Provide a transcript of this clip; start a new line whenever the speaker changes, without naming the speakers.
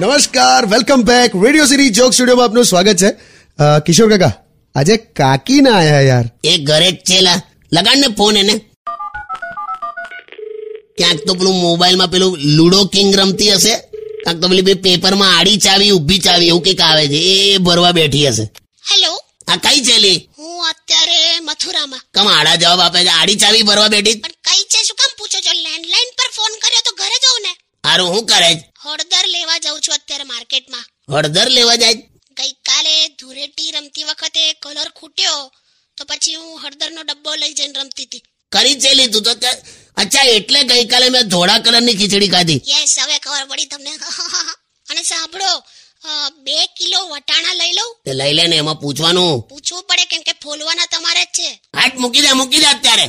નમસ્કાર welcome back radio city joke સ્ટુડિયોમાં આપનું સ્વાગત છે અ, કિશોર કાકા આજે કાકી ના આયા યાર
એ ઘરે જ છે લા લગાડ ને ફોન એને ક્યાંક તો પેલું મોબાઈલમાં પેલું લુડો કિંગ રમતી હશે ક્યાંક તો પેલી પેપરમાં આડી ચાવી ઊભી ચાવી એવું કંઈક આવે છે એ ભરવા બેઠી હશે
હેલો
આ કઈ છે લી
હું અત્યારે મથુરામાં
કમ આડા જવાબ આપે છે આડી ચાવી ભરવા બેઠી
પણ કઈ છે શું કામ પૂછો છો લેન્ડલાઇન પર ફોન કર્યો તો ઘરે જઉં ને
હારું હું કરે છે?
હળદર લેવા જાઉં છું અત્યારે માર્કેટમાં
હળદર લેવા જાય છે?
ગઈકાલે ધૂળેટી રમતી વખતે કલર ખૂટ્યો તો પછી હું હળદરનો ડબ્બો લઈ જઈને રમતી હતી
કરી છે લી તું તો કે- અચ્છા એટલે ગઈકાલે મેં ધોળા કલરની ખીચડી ખાધી
યસ હવે ખબર પડી તમને અને સાંભળો અ, બે કિલો વટાણા લઈ લઉં
તે લઈ લે ને એમાં પૂછવાનું
પૂછવું પડે કેમ કે ફોલવાના તમારે જ છે
હાથ મૂકી દે મૂકી દે અત્યારે